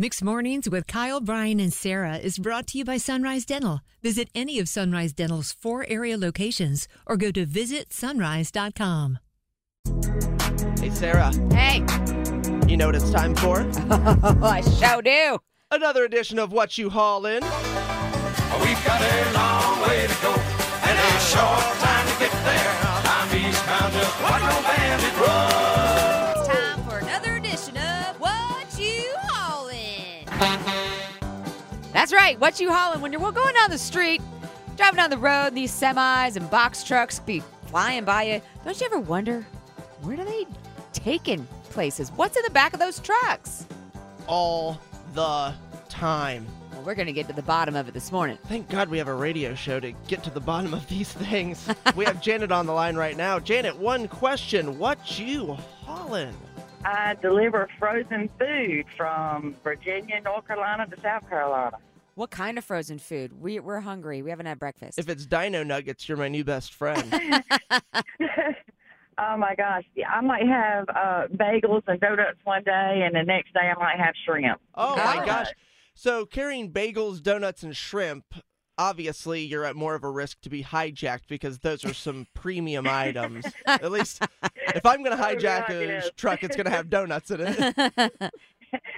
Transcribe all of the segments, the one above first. Mixed Mornings with Kyle, Brian, and Sarah is brought to you by Sunrise Dental. Visit any of Sunrise Dental's four area locations or go to visitsunrise.com. Hey, Sarah, Hey, you know what it's time for? oh, I shall do. Another edition of What You Haul In. We've got a long way to go and a short time to get there. I'm eastbound just what no bandit run. It's time for another edition of What You Haulin'. That's right, What You Haulin'. When you're well, going down the street, driving down the road, these semis and box trucks be flying by you. Don't you ever wonder, where do they taking places? What's in the back of those trucks? All the time. Well, we're going to get to the bottom of it this morning. Thank God we have a radio show to get to the bottom of these things. we have Janet on the line right now. Janet, one question. What you hauling? I deliver frozen food from Virginia, North Carolina to South Carolina. What kind of frozen food? We, we're hungry. We haven't had breakfast. If it's dino nuggets, you're my new best friend. oh my gosh. Yeah, I might have uh, bagels and donuts one day, and the next day I might have shrimp. oh my Oh. gosh. So, carrying bagels, donuts, and shrimp, obviously you're at more of a risk to be hijacked because those are some premium items. At least if I'm going to Oh, hijack God, a yes. truck, it's going to have donuts in it.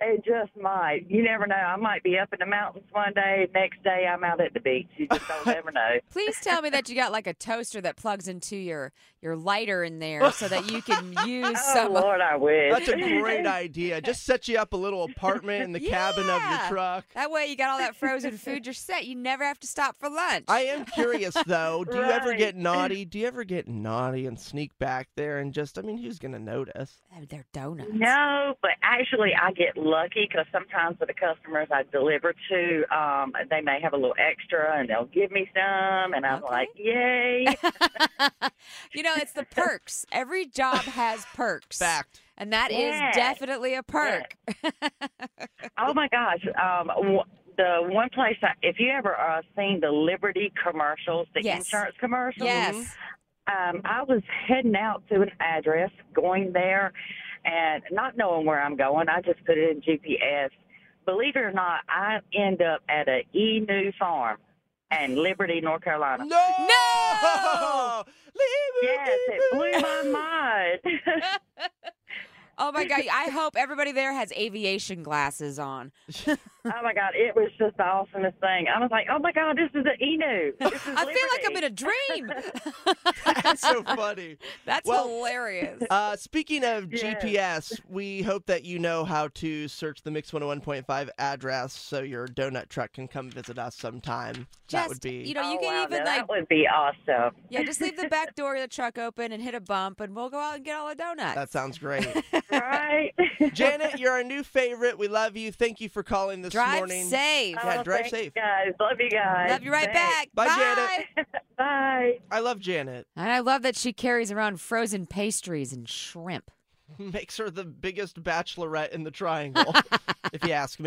It just might. You never know. I might be up in the mountains one day, next day I'm out at the beach. You just don't ever know. Please tell me that you got like a toaster that plugs into your your lighter in there so that you can use Oh, some of Lord, I wish. That's a great idea. Just set you up a little apartment in the cabin of your Yeah. truck. That way you got all that frozen food. You're set. You never have to stop for lunch. I am curious though. Do you ever Right. get naughty? Do you ever get naughty and sneak back there and just? I mean, who's gonna notice? Oh, They're donuts. No, but actually, I get lucky because sometimes with the customers I deliver to, um, they may have a little extra and they'll give me some, and I'm Okay. like, yay! you know, it's the perks. Every job has perks. Fact. And that is Yes. definitely a perk. Mm-hmm. oh my gosh! Um, w- the one place, I, if you ever uh, seen the Liberty commercials, the Yes. insurance commercials, Yes. um, I was heading out to an address, going there, and not knowing where I'm going. I just put it in GPS. Believe it or not, I end up at a E New Farm in Liberty, North Carolina. No. No! Yes, it blew my mind. Oh my God. I hope everybody there has aviation glasses on. oh my god, it was just the awesomest thing. I was like, oh my god, this is an Enu. This is I feel like I'm in Liberty. a dream. That's so funny. That's Well- hilarious. Uh, speaking of Yes. GPS, we hope that you know how to search the Mix 101.5 address so your donut truck can come visit us sometime. that Just, would be. you know, you Oh, can wow, even now like that would be awesome. Yeah, just leave the back door of the truck open and hit a bump, and we'll go out and get all the donuts. that sounds great. right? Janet, you're our new favorite. We love you. Thank you for calling this Drive morning. safe. Yeah, Oh, drive thank safe. You guys, love you guys. Love you right back. Bye, Bye. back. Bye. I love Janet. And I love that she carries around frozen pastries and shrimp. Makes her the biggest bachelorette in the triangle, if you ask me.